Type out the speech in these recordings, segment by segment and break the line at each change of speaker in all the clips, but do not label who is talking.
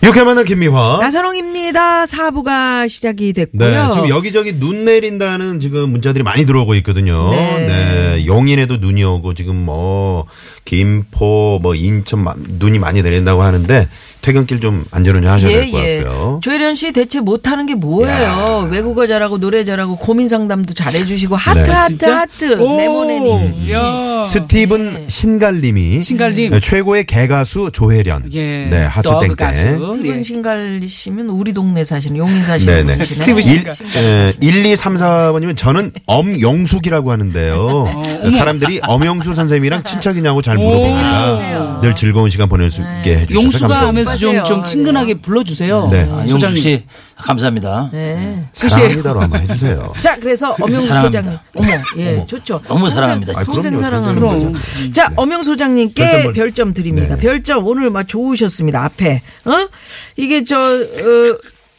이렇게 만난 김미화.
나선홍입니다. 사부가 시작이 됐고요.
네, 지금 여기저기 눈 내린다는 지금 문자들이 많이 들어오고 있거든요.
네.
용인에도 눈이 오고 지금 뭐 김포, 뭐 인천 마- 눈이 많이 내린다고 하는데 퇴근길 좀 안전운전 하셔야
예,
될 것 같고요.
조혜련 씨 대체 못하는 게 뭐예요?
야.
외국어 잘하고 노래 잘하고 고민 상담도 잘해주시고 하트
네,
하트
진짜?
하트
오,
네모네님.
야.
스티븐
네.
신갈님이
신갈님.
네, 최고의 개가수 조혜련.
예.
네, 하트
서그
땡땡.
가수.
스티븐
예.
신갈리 씨면 우리 동네 사시는 용인 사시는
네네.
분이시네.
스티븐
일,
신갈.
에, 1, 2, 3, 4번이면 저는 엄영숙이라고
어,
하는데요. 그러니까 사람들이 엄영숙 선생님이랑 친척이냐고 잘 물어봅니다. 늘 즐거운 시간 보낼 수 있게 해주셔서
용수가
감사합니다.
네. 하면서 좀, 좀
맞아요.
친근하게 불러주세요.
네.
아,
용수
소장님.
씨 감사합니다.
네.
그
사랑합니다로 한번 해주세요.
자, 그래서 엄영수
사랑합니다.
소장님. 어머, 예,
어머,
좋죠.
너무
동생-
사랑합니다.
아, 그럼요.
동생 사랑하는
그럼요.
거죠. 자, 엄영 소장님께
별점 벌-
별점, 드립니다.
네.
별점 오늘 막 좋으셨습니다. 앞에. 어? 이게 저 어,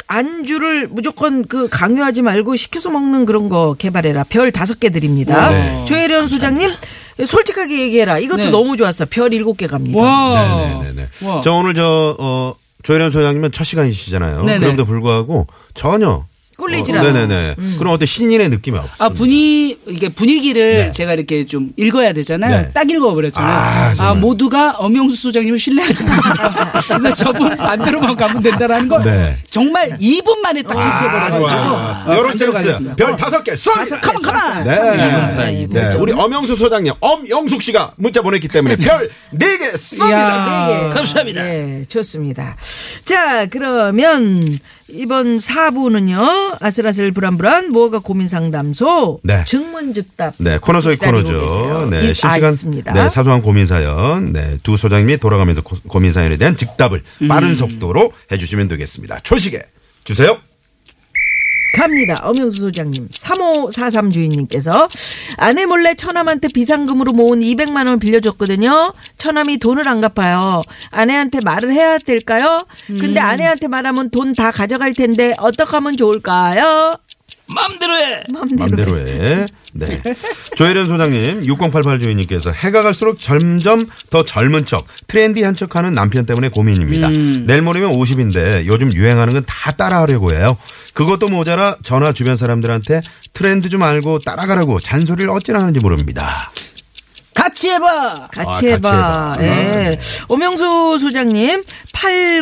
안주를 무조건 그 강요하지 말고 시켜서 먹는 그런 거 개발해라. 별 다섯 개 드립니다.
네.
조혜련 소장님 솔직하게 얘기해라. 이것도
네.
너무 좋았어. 별 일곱 개 갑니다.
와.
네네네.
와.
저 오늘 저, 어, 조혜련 소장님은 첫 시간이시잖아요.
네네.
그럼에도 불구하고 전혀
꿀리질
어,
않아.
네네네. 그럼 어때 신인의 느낌이 없어요.
음. 아 분위 이게 분위기를
음. 네.
제가 이렇게 좀 읽어야 되잖아요.
네.
딱 읽어버렸잖아요.
아,
아,
정말.
모두가 엄영수 소장님을 신뢰하지 않는다. 그래서 저분 반대로만 가면 된다라는 걸
네. 아,
정말 2분 만에 딱 캐치해버려가지고
아,
여론 센스
어.
별 다섯 개 쏩니다.
컴온 컴온.
네. 네. 우리 엄영수 소장님, 엄영숙 씨가 문자 보냈기 때문에 별 네 개 쏩니다.
네, 예.
감사합니다.
예, 좋습니다. 자, 그러면 이번 4부는요. 아슬아슬 불안불안 무허가 고민 상담소
네.
증문즉답.
네, 코너 속의
기다리고
코너죠.
계세요.
네,
있- 아,
실시간
있습니다.
네, 사소한 고민 사연. 네, 두 소장님이 돌아가면서 고- 고민 사연에 대한 즉답을 빠른 속도로 해 주시면 되겠습니다. 초식에 주세요.
갑니다. 엄영수 소장님. 3543 주인님께서 아내 몰래 처남한테 비상금으로 모은 200만 원 빌려줬거든요. 처남이 돈을 안 갚아요. 아내한테 말을 해야 될까요? 근데
음.
아내한테 말하면 돈 다 가져갈 텐데 어떻게 하면 좋을까요?
마음대로 해.
맘대로 해. 네. 조혜련 소장님, 6088 주인님께서 해가 갈수록 점점 더 젊은 척, 트렌디한 척 하는 남편 때문에 고민입니다. 내일 모레면 50인데 요즘 유행하는 건 다 따라하려고 해요. 그것도 모자라 전화 주변 사람들한테 트렌드 좀 알고 따라가라고 잔소리를 어찌나 하는지 모릅니다.
같이 해봐.
같이
아, 같이
해봐.
해봐.
예.
네.
오명수 소장님,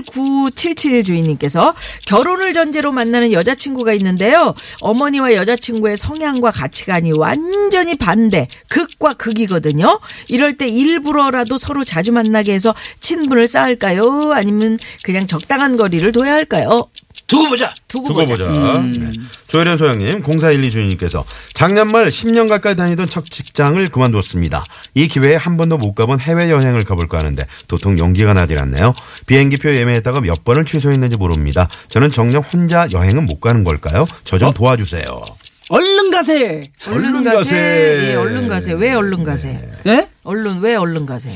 8977 주인님께서 결혼을 전제로 만나는 여자친구가 있는데요. 어머니와 여자친구의 성향과 가치관이 완전히 반대, 극과 극이거든요. 이럴 때 일부러라도 서로 자주 만나게 해서 친분을 쌓을까요? 아니면 그냥 적당한 거리를 둬야 할까요?
두고 보자.
두고,
두고 보자. 네. 조혜련 소장님, 0412 주인님께서 작년 말 10년 가까이 다니던 첫 직장을 그만두었습니다. 이 기회에 한 번도 못 가본 해외여행을 가볼까 하는데 도통 용기가 나질 않네요. 비행기표 예매했다가 몇 번을 취소했는지 모릅니다. 저는 정녕 혼자 여행은 못 가는 걸까요? 저
어?
좀 도와주세요.
얼른 가세.
얼른
얼른
가세.
가세. 네.
예, 얼른 가세. 왜 얼른 가세?
예?
얼른 왜 얼른 가세?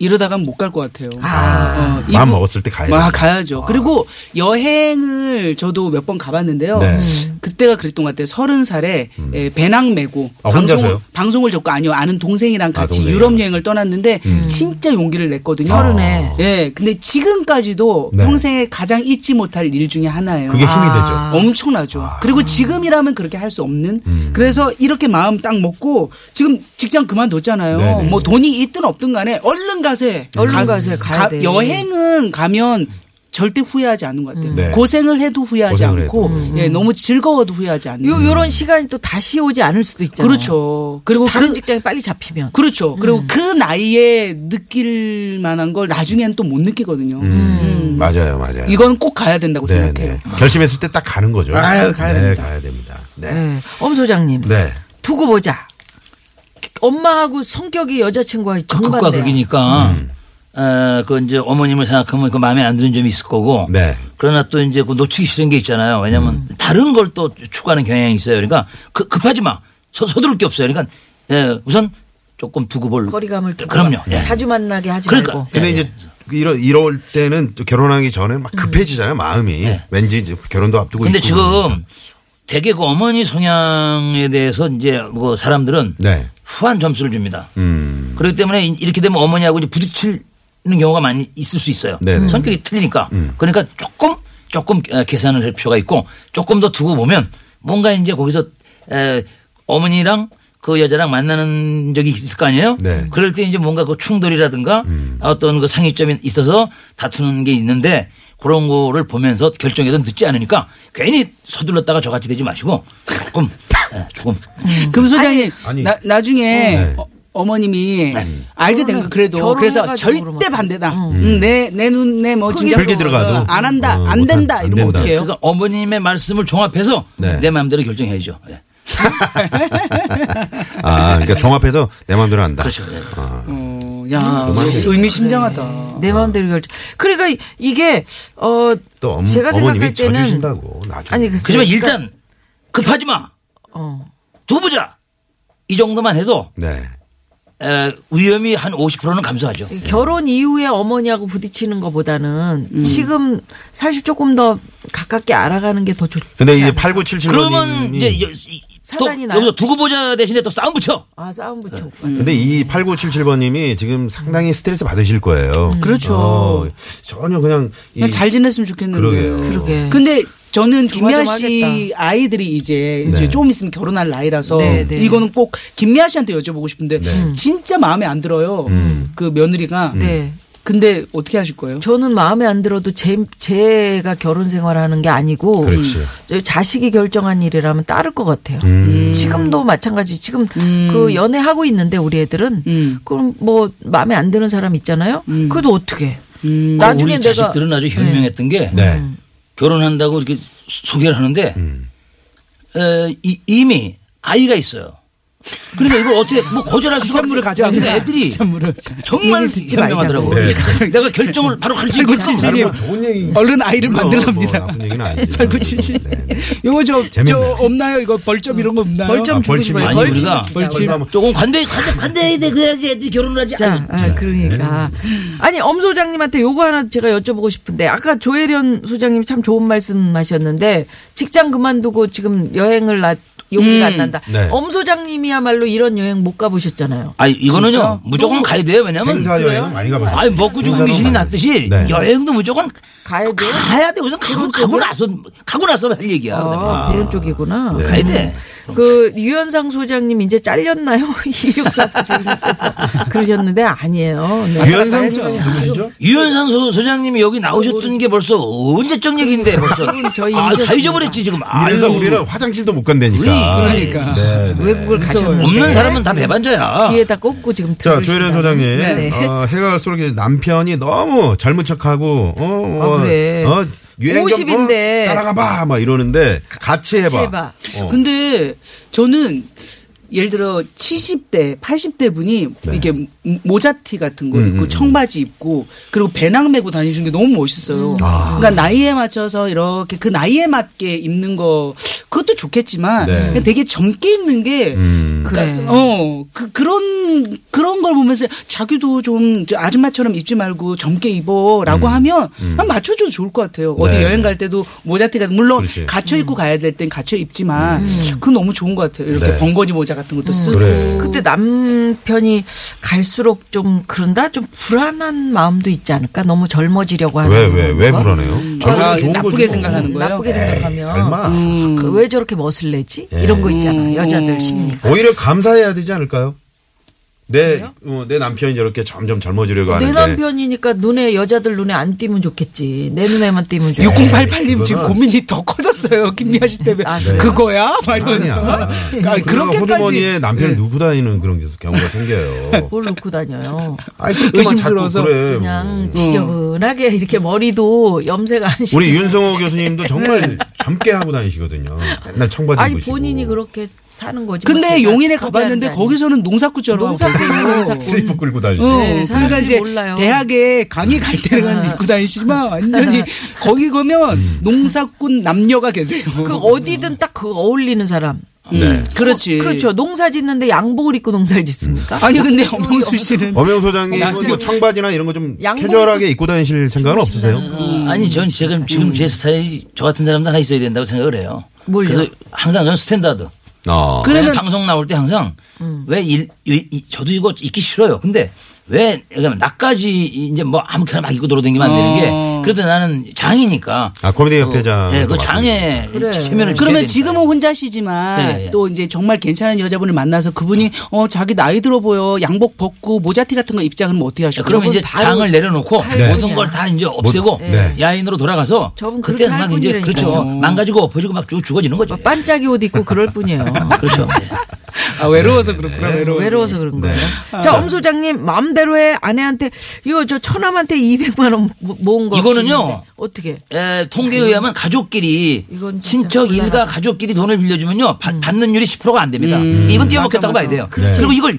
이러다간 못 갈 것 같아요.
아.
어,
마음
이분-
먹었을 때 가야
와
됩니다. 아.
가야죠. 그리고 여행을 저도 몇 번 가봤는데요.
네. 음.
그때가 그랬던 것 같아요. 서른 살에 에, 배낭 메고
아,
방송을,
혼자서요?
방송을 접고 아니요 아는 동생이랑 같이
동생이랑.
유럽 여행을 떠났는데 진짜 용기를 냈거든요.
서른에.
음. 아.
예, 근데 지금까지도
네.
평생에 가장 잊지 못할 일 중에 하나예요.
그게 힘이
아.
엄청나죠. 그리고 지금이라면 그렇게 할 수 없는.
음.
그래서 이렇게 마음 딱 먹고 지금 직장 그만뒀잖아요.
네네.
뭐 돈이 있든 없든 간에 얼른 가세.
얼른
가-
가세, 가야
가-
돼.
여행은 가면 절대 후회하지 않는 것 같아요.
네.
고생을 해도 후회하지
고생을
않고
음.
예, 너무 즐거워도 후회하지 않는.
요 요런 시간이 또 다시 오지 않을 수도 있잖아요.
그렇죠. 그리고
다른
그
직장이 빨리 잡히면.
그렇죠. 그리고
음.
그 나이에 느낄 만한 걸 나중에는 또 못 느끼거든요.
음, 맞아요, 맞아요. 네,
이건 꼭 가야 된다고 생각해요.
결심했을 때 딱 가는 거죠.
아유, 가야
네,
됩니다.
가야 됩니다. 네.
네. 엄 소장님.
네.
두고 보자. 엄마하고 성격이 여자친구와
극과
정반대.
극이니까 어, 그 이제 어머님을 생각하면 그 마음에 안 드는 점이 있을 거고.
네.
그러나 또 이제 그 놓치기 싫은 게 있잖아요.
음.
왜냐면 다른 걸 또 추구하는 경향이 있어요. 그러니까 그- 급하지 마. 서, 서두를 게 없어요. 그러니까 예, 우선 조금 두고 볼
거리감을 두고
그럼요. 예.
자주 만나게 하지
그러니까.
말고.
근데
예,
이제 이런 이럴 때는 또 결혼하기 전에
음.
막 급해지잖아요 마음이
예.
왠지 이제 결혼도 앞두고
근데
있고
지금
음.
그러니까.
대개 그 어머니 성향에 대해서 이제 뭐 사람들은
네.
후한 점수를 줍니다.
음.
그렇기 때문에 이- 이렇게 되면 어머니하고 이제 부딪히는 경우가 많이 있을 수 있어요.
네네. 음.
성격이 틀리니까. 그러니까 조금 조금 어, 계산을 할 필요가 있고 조금 더 두고 보면 뭔가 이제 거기서 에, 어머니랑 그 여자랑 만나는 적이 있을 거 아니에요?
네. 음.
그럴 때 이제 뭔가 그 충돌이라든가 어떤 그 상위점이 있어서 다투는 게 있는데 그런 거를 보면서 결정해도 늦지 않으니까 괜히 서둘렀다가 저같이 되지 마시고 조금 에, 조금
음.
금 소장님
아니.
나, 나중에
네. 음.
어, 머님이 알게 된 거 그래도
결혼을
그래서
해가지고 그러면
절대
어떡해. 음.
반대다. 음, 내내눈내뭐 진짜
별게 들어가도.
안 한다
어,
안 된다
안
이러면
된다.
어떡해요?
그러니까 어머님의 말씀을 종합해서
네.
내 마음대로 결정해야죠. 예.
아, 그러니까 종합해서 내 마음대로 한다. 아,
그렇죠.
네.
예.
음.
어,
음,
야 의미심장하다.
내 마음대로 결정. 그러니까 이- 이게 어
또 어머-
제가
어머님이
생각할 때는
져주신다고, 나중에.
아니 글쎄,
그지만
그러니까-
일단 급하지 마.
어.
두고 보자. 이 정도만 해도
네.
에, 위험이 한 50%는 감소하죠.
음. 결혼 이후에 어머니하고 부딪히는 것보다는 지금 사실 조금 더 가깝게 알아가는 게 더 좋지.
근데 이제
않아요?
8977
그러면
번님이-
이제 이제 이- 또
사단이 나요?
여기서 두고 보자 대신에 또 싸움 붙여.
아 싸움 붙여.
근데 이 8977번님이 지금 상당히 스트레스 받으실 거예요.
음.
그렇죠.
어, 전혀 그냥 이-
그냥 잘 지냈으면 좋겠는데.
그러게요.
그러게.
근데 저는 김미아 씨
조마조마하겠다.
아이들이 이제
네.
이제 조금 있으면 결혼할 나이라서
네, 네.
이거는 꼭 김미아 씨한테 여쭤보고 싶은데 진짜 마음에 안 들어요.
네. 음.
그 며느리가.
네.
근데 어떻게 하실 거예요?
저는 마음에 안 들어도 제, 제가 결혼 생활하는 게 아니고
그렇지.
저 자식이 결정한 일이라면 따를 것 같아요.
음.
음. 지금도 마찬가지. 지금 그 연애하고 있는데 우리 애들은
음.
그럼 뭐 마음에 안 드는 사람 있잖아요. 그래도 그 어떻게? 음. 나중에
우리
내가
자식들은 아주 현명했던 게
네.
음.
결혼한다고 이렇게 소개를 하는데
음.
에, 이, 이미 아이가 있어요. 그러니까 이걸 어떻게 뭐 거절할 수가
시찬물을
없-
가져왔구나.
그러니까 애들이
시찬물을.
정말
얘기를 듣지 말자고.
현명하더라고.
네.
내가 결정을 바로 할 수 있게
칠칠이요.
좋은 얘기.
얼른 아이를
뭐,
만들랍니다.
뭐 나쁜 얘기는 아니지.
8977.
네, 네.
요거 저, 저
재밌네.
없나요? 이거 벌점 이런 거 없나요?
벌점
아,
주고
벌침이
싶어요.
아니
벌침.
우리가
벌침.
조금 관대 관대 관대해야 돼 그래야지 애들이 결혼을 하지.
자, 아, 그러니까. 아니, 엄 소장님한테 요거 하나 제가 여쭤보고 싶은데, 아까 조혜련 소장님이 참 좋은 말씀 하셨는데, 직장 그만두고 지금 여행을 나, 용기가 안 난다.
네.
엄 소장님이야말로 이런 여행 못 가보셨잖아요.
아니 이거는요 무조건 가야 돼요 왜냐면
행사 여행은 많이 가봤어요.
아니 먹고 죽은
행사도
귀신이
많이
났듯이
네.
여행도 무조건
가야 돼요?
가야 돼 우선 가고 가고 나서 가고 나서 할 얘기야. 그다음에.
아, 그런 쪽이구나.
네.
가야 돼.
그 유현상 소장님 이제 잘렸나요? 2644님께서 그러셨는데 아니에요. 네.
유현상 누구시죠?
유현상 소, 소장님이 여기 나오셨던 게 벌써 언제적 얘기인데 벌써
저희
아, 다
잊었습니다.
잊어버렸지 지금
이래서
아유.
우리는 화장실도 못 간다니까.
우리,
그러니까.
네, 네.
외국을 가셨는데 아.
없는 사람은 다 배반자야.
귀에다 꽂고 지금
자,
들으시다니.
조혜련 소장님.
네.
어, 해가 갈수록 이제 남편이 너무 젊은 척하고, 어, 어,
아, 그래.
어, 유행 좀
50 인데.
어, 따라가봐. 막 이러는데, 같이 해봐.
같이 해봐.
어.
근데 저는 예를 들어 70대, 80대 분이 이게 모자티 같은 거
네. 음,
입고
음,
청바지 입고 그리고 배낭 메고 다니시는 게 너무 멋있어요.
아.
그러니까 나이에 맞춰서 이렇게 그 나이에 맞게 입는 거 그것도 좋겠지만
네.
그냥 되게 젊게 입는 게
음.
네.
그래.
어, 그, 그런, 그런 걸 보면서 자기도 좀저 아줌마처럼 입지 말고 젊게 입어 라고 하면 한 맞춰줘도 좋을 것 같아요. 어디
음. 네.
여행 갈 때도 모자티 같은, 물론
그렇지.
갇혀 입고 가야 될 땐 갇혀 입지만 그건 너무 좋은 것 같아요. 이렇게
네.
번거지 모자 같은 것도 쓰고.
그래.
그때 남편이 갈수록 좀 그런다 좀 불안한 마음도 있지 않을까 너무 젊어지려고 하는
왜, 왜, 왜
거?
불안해요?
아,
젊으면 좋은
나쁘게
거지. 뭐.
생각하는 거예요?
네.
나쁘게
에이,
생각하면
설마. 음.
그왜 저렇게 멋을 내지 이런 거 있잖아 여자들 심리가
오히려 감사해야 되지 않을까요? 내, 어, 내 남편이 저렇게 점점 젊어지려고
내
하는데.
남편이니까 눈에 여자들 눈에 안 띄면 좋겠지 내 눈에만 띄면
네.
좋겠지
6088님 지금
그거는-
고민이 더 커져요. 김미아 씨 때문에.
아, 네.
그거야? 말면서.
아니야.
아,
그러니까
그렇게까지.
호주머니에 남편을 누구 다니는 그런 게- 경우가 생겨요.
뭘 놓고 다녀요
아니, 그렇게만 자꾸
의심스러워서
그래. 뭐.
그냥 지저분하게 이렇게 머리도 염색 안 시키고
우리 윤성호 교수님도 정말 젊게 하고 다니시거든요. 맨날 청바지
아니
입으시고.
본인이 그렇게 사는 거지. 뭐
근데
제가
용인에
거부하는
가봤는데
게 아니에요.
거기서는 네, 농사꾼처럼 하고
농사꾼,
계세요.
농사꾼.
슬리퍼 끌고 다니시고. 음.
어,
네,
그러니까
사람들이
이제
몰라요.
대학에 강의 갈 때는 입고 다니시지만 완전히 거기 가면
음.
농사꾼 남녀가 계세요.
그 어디든 딱 그 어울리는 사람.
음,
네.
그렇지.
그렇죠. 농사 짓는데 양복을 입고 농사를 짓습니까?
아니 근데 엄명수 씨는
엄영 소장님은 뭐 청바지나 이런 거 좀
양복
캐주얼하게 입고 다니실 생각은 없으세요?
음, 아니 전 지금 지금 제 스타일이 저 같은 사람도 하나 있어야 된다고 생각을 해요.
뭘요?
그래서 항상 저는 스탠다드.
어.
그러면-
그러면 방송 나올 때 항상
음.
왜 일, 이- 이- 저도 이거 입기 싫어요. 근데 왜 그러면 나까지 이제 뭐 아무렇게나 막 입고 돌아다니면 안 되는
어.
게 그래도 나는 장이니까.
아, 코미디 협회장.
네, 그 장에
그래.
체면을
그러면
지켜야 되니까.
지금은 혼자시지만
네, 네.
또 이제 정말 괜찮은 여자분을 만나서 그분이 어 자기 나이 들어 보여 양복 벗고 모자티 같은 거 입장은 뭐 어떻게 하실 거예요?
그러면 이제 장을 내려놓고 모든 걸 다 이제 없애고
네.
야인으로 돌아가서
저분
그때
그렇게
막
할
이제
분이라니까요.
그렇죠 망가지고 엎어지고 막 쭉 죽어지는 거죠.
반짝이 옷 입고 그럴 뿐이에요.
음. 그렇죠. 네.
아 외로워서 그렇구나 외로워.
외로워서 그런 거예요. 자, 엄 소장님 마음대로 해 아내한테 이거 저 처남한테 200만 원 모- 모은 거
이거는요.
같은데. 어떻게?
에, 통계에 의하면 가족끼리
이건 진짜 음.
친척 일가
곤란하다.
가족끼리 돈을 빌려주면요 바- 받는율이 10%가 안 됩니다.
음.
이건 뛰어먹겠다고 봐야 돼요. 그리고
그럼
이걸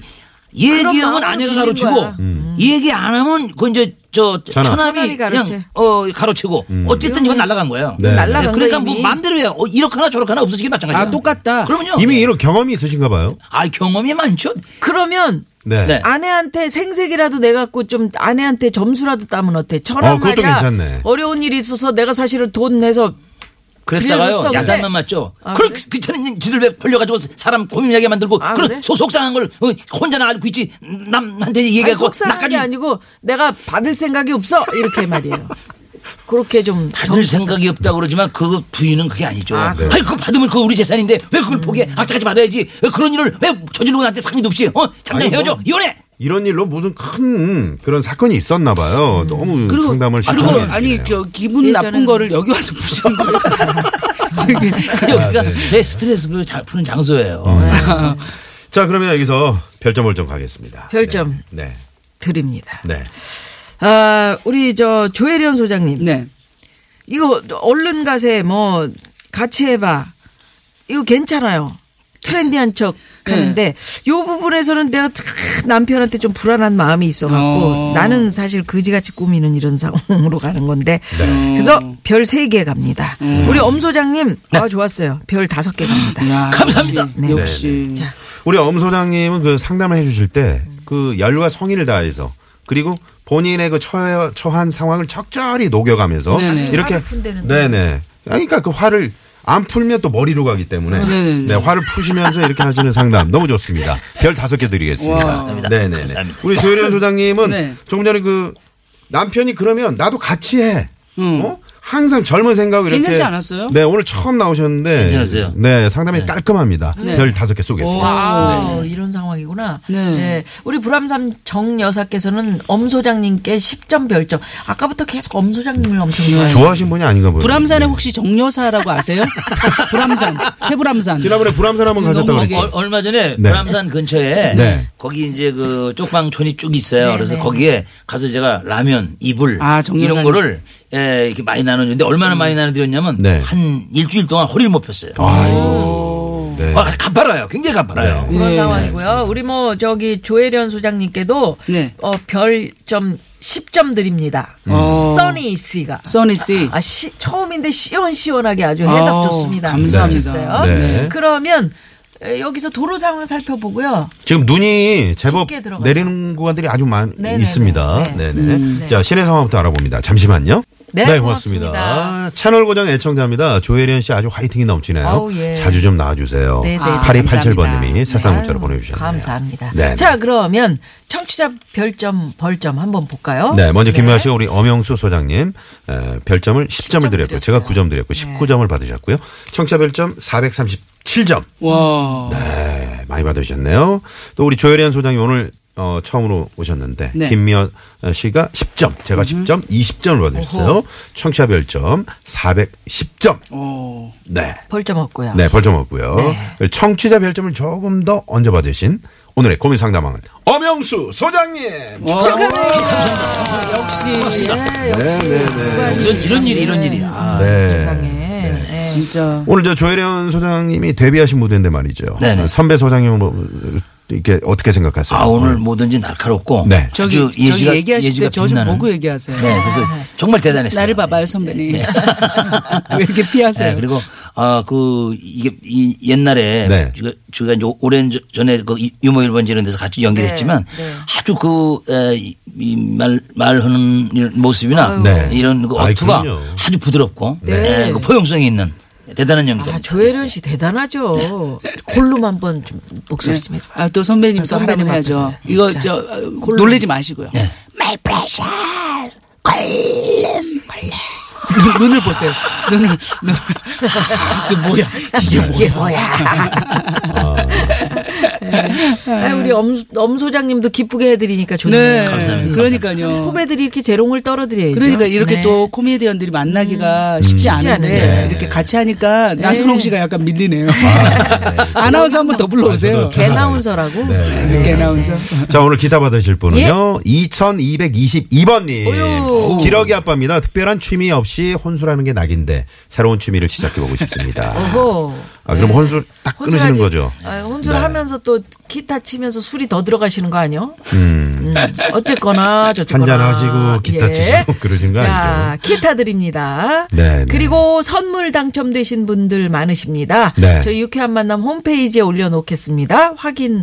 얘기하면
마음으로
아내가
드리는
가로치고
거야.
얘기 안 하면 그 이제 저
전화.
처남이
처남이
가로채.
그냥 어 가로치고 어쨌든 이건 날라간 거예요.
음. 네.
날라간
그러니까
거야,
뭐
이미.
마음대로 해요. 어, 이렇게나 저렇게나 없어지게 마찬가지예요.
아 똑같다.
그럼요. 예.
이미 이런 경험이 있으신가 봐요.
아 경험이 많죠.
그러면
네.
네.
아내한테 생색이라도 내 갖고 좀 아내한테 점수라도 따면 어때? 저랑
어, 그것도
말이야.
괜찮네.
어려운 일이 있어서 내가 사실은 돈 내서 빌려줬어,
그랬다가요
근데.
야단만 맞죠.
아,
그렇게 귀찮은 짓을 왜 벌려가지고 사람 고민하게 만들고
아,
그런
그래?
소속상한 걸 어, 혼자나 알고 있지 남한테
아니,
얘기하고
속상한 게
나까지
아니고 내가 받을 생각이 없어 이렇게 말이에요. 그렇게 좀
받을 생각이 없다고 그러지만 그 부인은 그게 아니죠.
아, 음.
아, 니 그거 받으면 그거 우리 재산인데 왜 그걸 포기해? 악착같이 받아야지. 왜 그런 일을 왜 저지르고 나한테 상의도 없이 어? 당장
아니, 뭐.
헤어져. 이혼해.
이런 일로 무슨 큰 그런 사건이 있었나 봐요. 너무
그리고-
상담을
그리고
신청해
아니
주시네요.
저 기분
예전에는-
나쁜 거를 여기 와서 부시는 거예요.
아,
여기가
네,
제 스트레스 그 자- 푸는 장소예요.
어, 자, 그러면 여기서 별점 올점 가겠습니다.
별점.
네.
드립니다.
네. 네.
아 우리 저 조혜련 소장님
네.
이거 얼른 가세 뭐 같이 해봐 이거 괜찮아요. 트렌디한 척
네.
하는데 요 부분에서는 내가 탁 남편한테 좀 불안한 마음이 있어갖고
어.
나는 사실 그지같이 꾸미는 이런 상황으로 가는 건데
네.
그래서 별 세 개 갑니다. 우리 엄 소장님 아 좋았어요. 별 다섯 개 갑니다.
음. 네.
네.
야,
감사합니다.
역시. 역시.
자
우리 엄 소장님은 그 상담을 해주실 때 그 열과 성의를 다해서 그리고 본인의 그 처, 처한 상황을 적절히 녹여가면서
아, 네네.
이렇게
화를 푼다는데.
네네 그러니까 그 화를 안 풀면 또 머리로 가기 때문에
아, 네네네.
네, 화를 푸시면서 이렇게 하시는 상담 너무 좋습니다 별 다섯 개 드리겠습니다
감사합니다.
네네네
감사합니다.
우리 조혜련 소장님은
네.
조금 전에 그 남편이 그러면 나도 같이 해 어? 항상 젊은 생각을 이렇게
음. 괜찮지 않았어요?
네 오늘 처음 나오셨는데
괜찮았어요?
네 상담이 깔끔합니다
네.
별 다섯 개 쏘겠습니다.
와 네. 이런 상황이구나.
네.
네. 우리 불암삼 정 여사께서는 엄 소장님께 10점 별점. 아까부터 계속 엄 소장님을 엄청
네.
좋아해요.
좋아하신 분이 아닌가
네.
보요 네.
불암산에 혹시 정여사라고 아세요? 불암산, 최불암산.
지난번에 불암산 한번 가셨다고
너무
어.
그랬죠.
뭐 얼- 얼마 전에
네.
보람산 근처에
네.
거기 이제 그 쪽방촌이 쭉 있어요. 그래서
네.
거기에 가서 제가 라면, 이불
아, 음. 정
이런
여사님.
거를 예, 이렇게 많이 나눠줬는데 얼마나 많이 나눠드렸냐면
네.
한 일주일 동안 허리를 못 폈어요.
아이고. 네.
와, 가팔아요. 굉장히 가팔아요.
네.
그런 상황이고요. 우리 뭐 저기 조혜련 소장님께도
네.
어, 별점 10점 드립니다.
음.
어.
써니 씨가
써니 씨.
아, 시, 처음인데 시원시원하게 아주 해답
아우,
좋습니다.
감사합니다.
하셨어요.
네.
그러면 에, 여기서 도로 상황 살펴보고요.
지금 눈이 제법
짙게 들어가요.
내리는 구간들이 아주 많이
네네네.
있습니다. 네.
네.
네 자, 시내 상황부터 알아봅니다. 잠시만요.
네, 고맙습니다.
아, 채널 고정 애청자입니다. 조혜련 씨 아주 화이팅이 넘치네요.
아우, 예.
자주 좀 나와주세요.
네, 네. 아,
8287번님이 세상
아유,
문자로 보내주셨네요.
감사합니다.
네.
자,
자,
그러면 청취자 별점 벌점 한번 볼까요?
네, 먼저 김미아 씨가 우리 엄영수 소장님 에, 별점을 10점을
점
드렸고요.
드렸어요.
제가 9점 드렸고 19점을 받으셨고요. 청차 별점 437점.
와.
네, 많이 받으셨네요. 또 우리 조혜련 소장이 오늘 어, 처음으로 오셨는데
네.
김미연 씨가 10점, 제가 10점, 20점을 받으셨어요. 청취자 별점 410점.
오.
네.
벌점 없고요.
네, 벌점 없고요. 청취자 별점을 조금 더 얹어 받으신 오늘의 고민 상담왕은 엄영수 소장님.
역시.
네, 네, 네.
이런, 이런 일이 이런 일이야. 아,
네.
세상에. 예.
진짜.
오늘 저 조혜련 소장님이 데뷔하신 무대인데 말이죠.
네네.
선배 소장님으로 이렇게 어떻게 생각하세요?
아 오늘
네.
뭐든지 날카롭고
네.
저기,
아주
저기 얘기하실 때 저 좀
빛나는.
보고 얘기하세요.
네, 그래서 정말 대단했어요.
나를 봐봐요, 선배님.
네.
왜 이렇게 피하세요?
네, 그리고 아그 이게 이 옛날에
네.
제가, 제가 이제 오랜 저- 전에 그 이- 유머 일번지이런 데서 같이
네,
연기했지만 아주 그, 그말말 하는 이런
어,
모습이나
네.
이런 그
아이,
어투가
그럼요.
아주 부드럽고
네.
네, 그 포용성이 있는 대단한 연기자.
아, 조혜련
네.
씨 대단하죠. 골룸 한번 좀 목소리 좀 해줘.
아, 또 선배님,
아,
또
선배님
선배님 해야죠.
앞에서.
이거
자.
저, 어, 놀래지 마시고요.
네.
My precious. 걸림. 걸림. 눈을 보세요. 눈을, 눈을. 그 뭐야. 이게
네. 이게 뭐야? 아, 우리 엄, 엄 소장님도 기쁘게 해드리니까 좋네요.
네.
감사합니다.
그러니까요.
후배들이 이렇게 재롱을 떨어뜨려야죠.
그러니까 이렇게
네.
또 코미디언들이 만나기가 쉽지
쉽지
않은데
않은데.
이렇게 같이 하니까 나선홍 씨가 약간 밀리네요. 아, 나운서 한 번 더 불러오세요.
아, 저도-
개나운서라고.
네.
개나운서.
자, 오늘 기타 받으실 분은요. 2222번님.
어휴.
기러기 아빠입니다. 특별한 취미 없이 혼술하는 게 낙인데 새로운 취미를 시작해 보고 싶습니다.
어허.
아, 그럼 혼술 딱 끊으시는
혼술하지-
거죠?
아, 혼술
네.
하면서 또 기타 치면서 술이 더 들어가시는 거 아니요? 음. 어쨌거나 저쨌거나 예.
한잔 하시고 기타 치시고 그러신 거
자, 기타 드립니다.
네, 네.
그리고 선물 당첨되신 분들 많으십니다.
네.
저희 유쾌한 만남 홈페이지에 올려놓겠습니다. 확인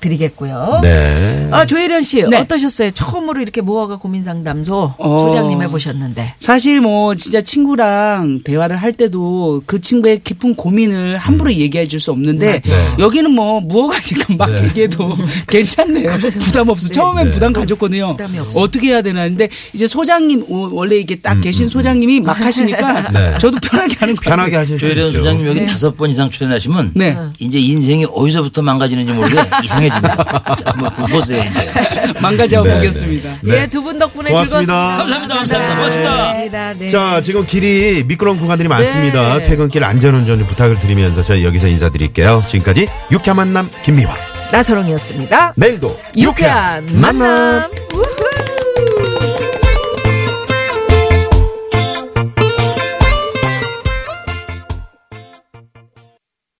부탁드리겠고요.
네.
아 조혜련 씨
네.
어떠셨어요? 처음으로 이렇게 무허가 고민 상담소
어.
소장님 해보셨는데.
사실 뭐 진짜 친구랑 대화를 할 때도 그 친구의 깊은 고민을 함부로 얘기해 줄 수 없는데 여기는 뭐 무어가니까 막 얘기해도 괜찮네요. 부담 없어. 처음엔 부담 가졌거든요.
부담이 없어.
어떻게 해야 되나 했는데 이제 소장님 오, 원래 이게 딱 계신 소장님이 막 하시니까
네.
저도 편하게 하는 거예요.
편하게 하실 수
그 조혜련
있죠.
소장님 여기 다섯 번 이상 출연하시면
네.
이제 인생이 어디서부터 망가지는지 모르게 이상해집니다. 자, 뭐 보세요 이제.
망가져
네,
보겠습니다.
네.
예, 두 분 덕분에
고맙습니다.
즐거웠습니다.
감사합니다. 감사합니다. 고맙습니다.
고맙습니다. 네.
자, 지금 길이 미끄러운 구간들이 많습니다. 퇴근길 안전운전 좀 부탁을 드리면서 저희 여기서 인사드릴게요. 지금까지 유쾌한 만남 김미화.
나서롱이었습니다.
내일도
유쾌한 만남. 우후.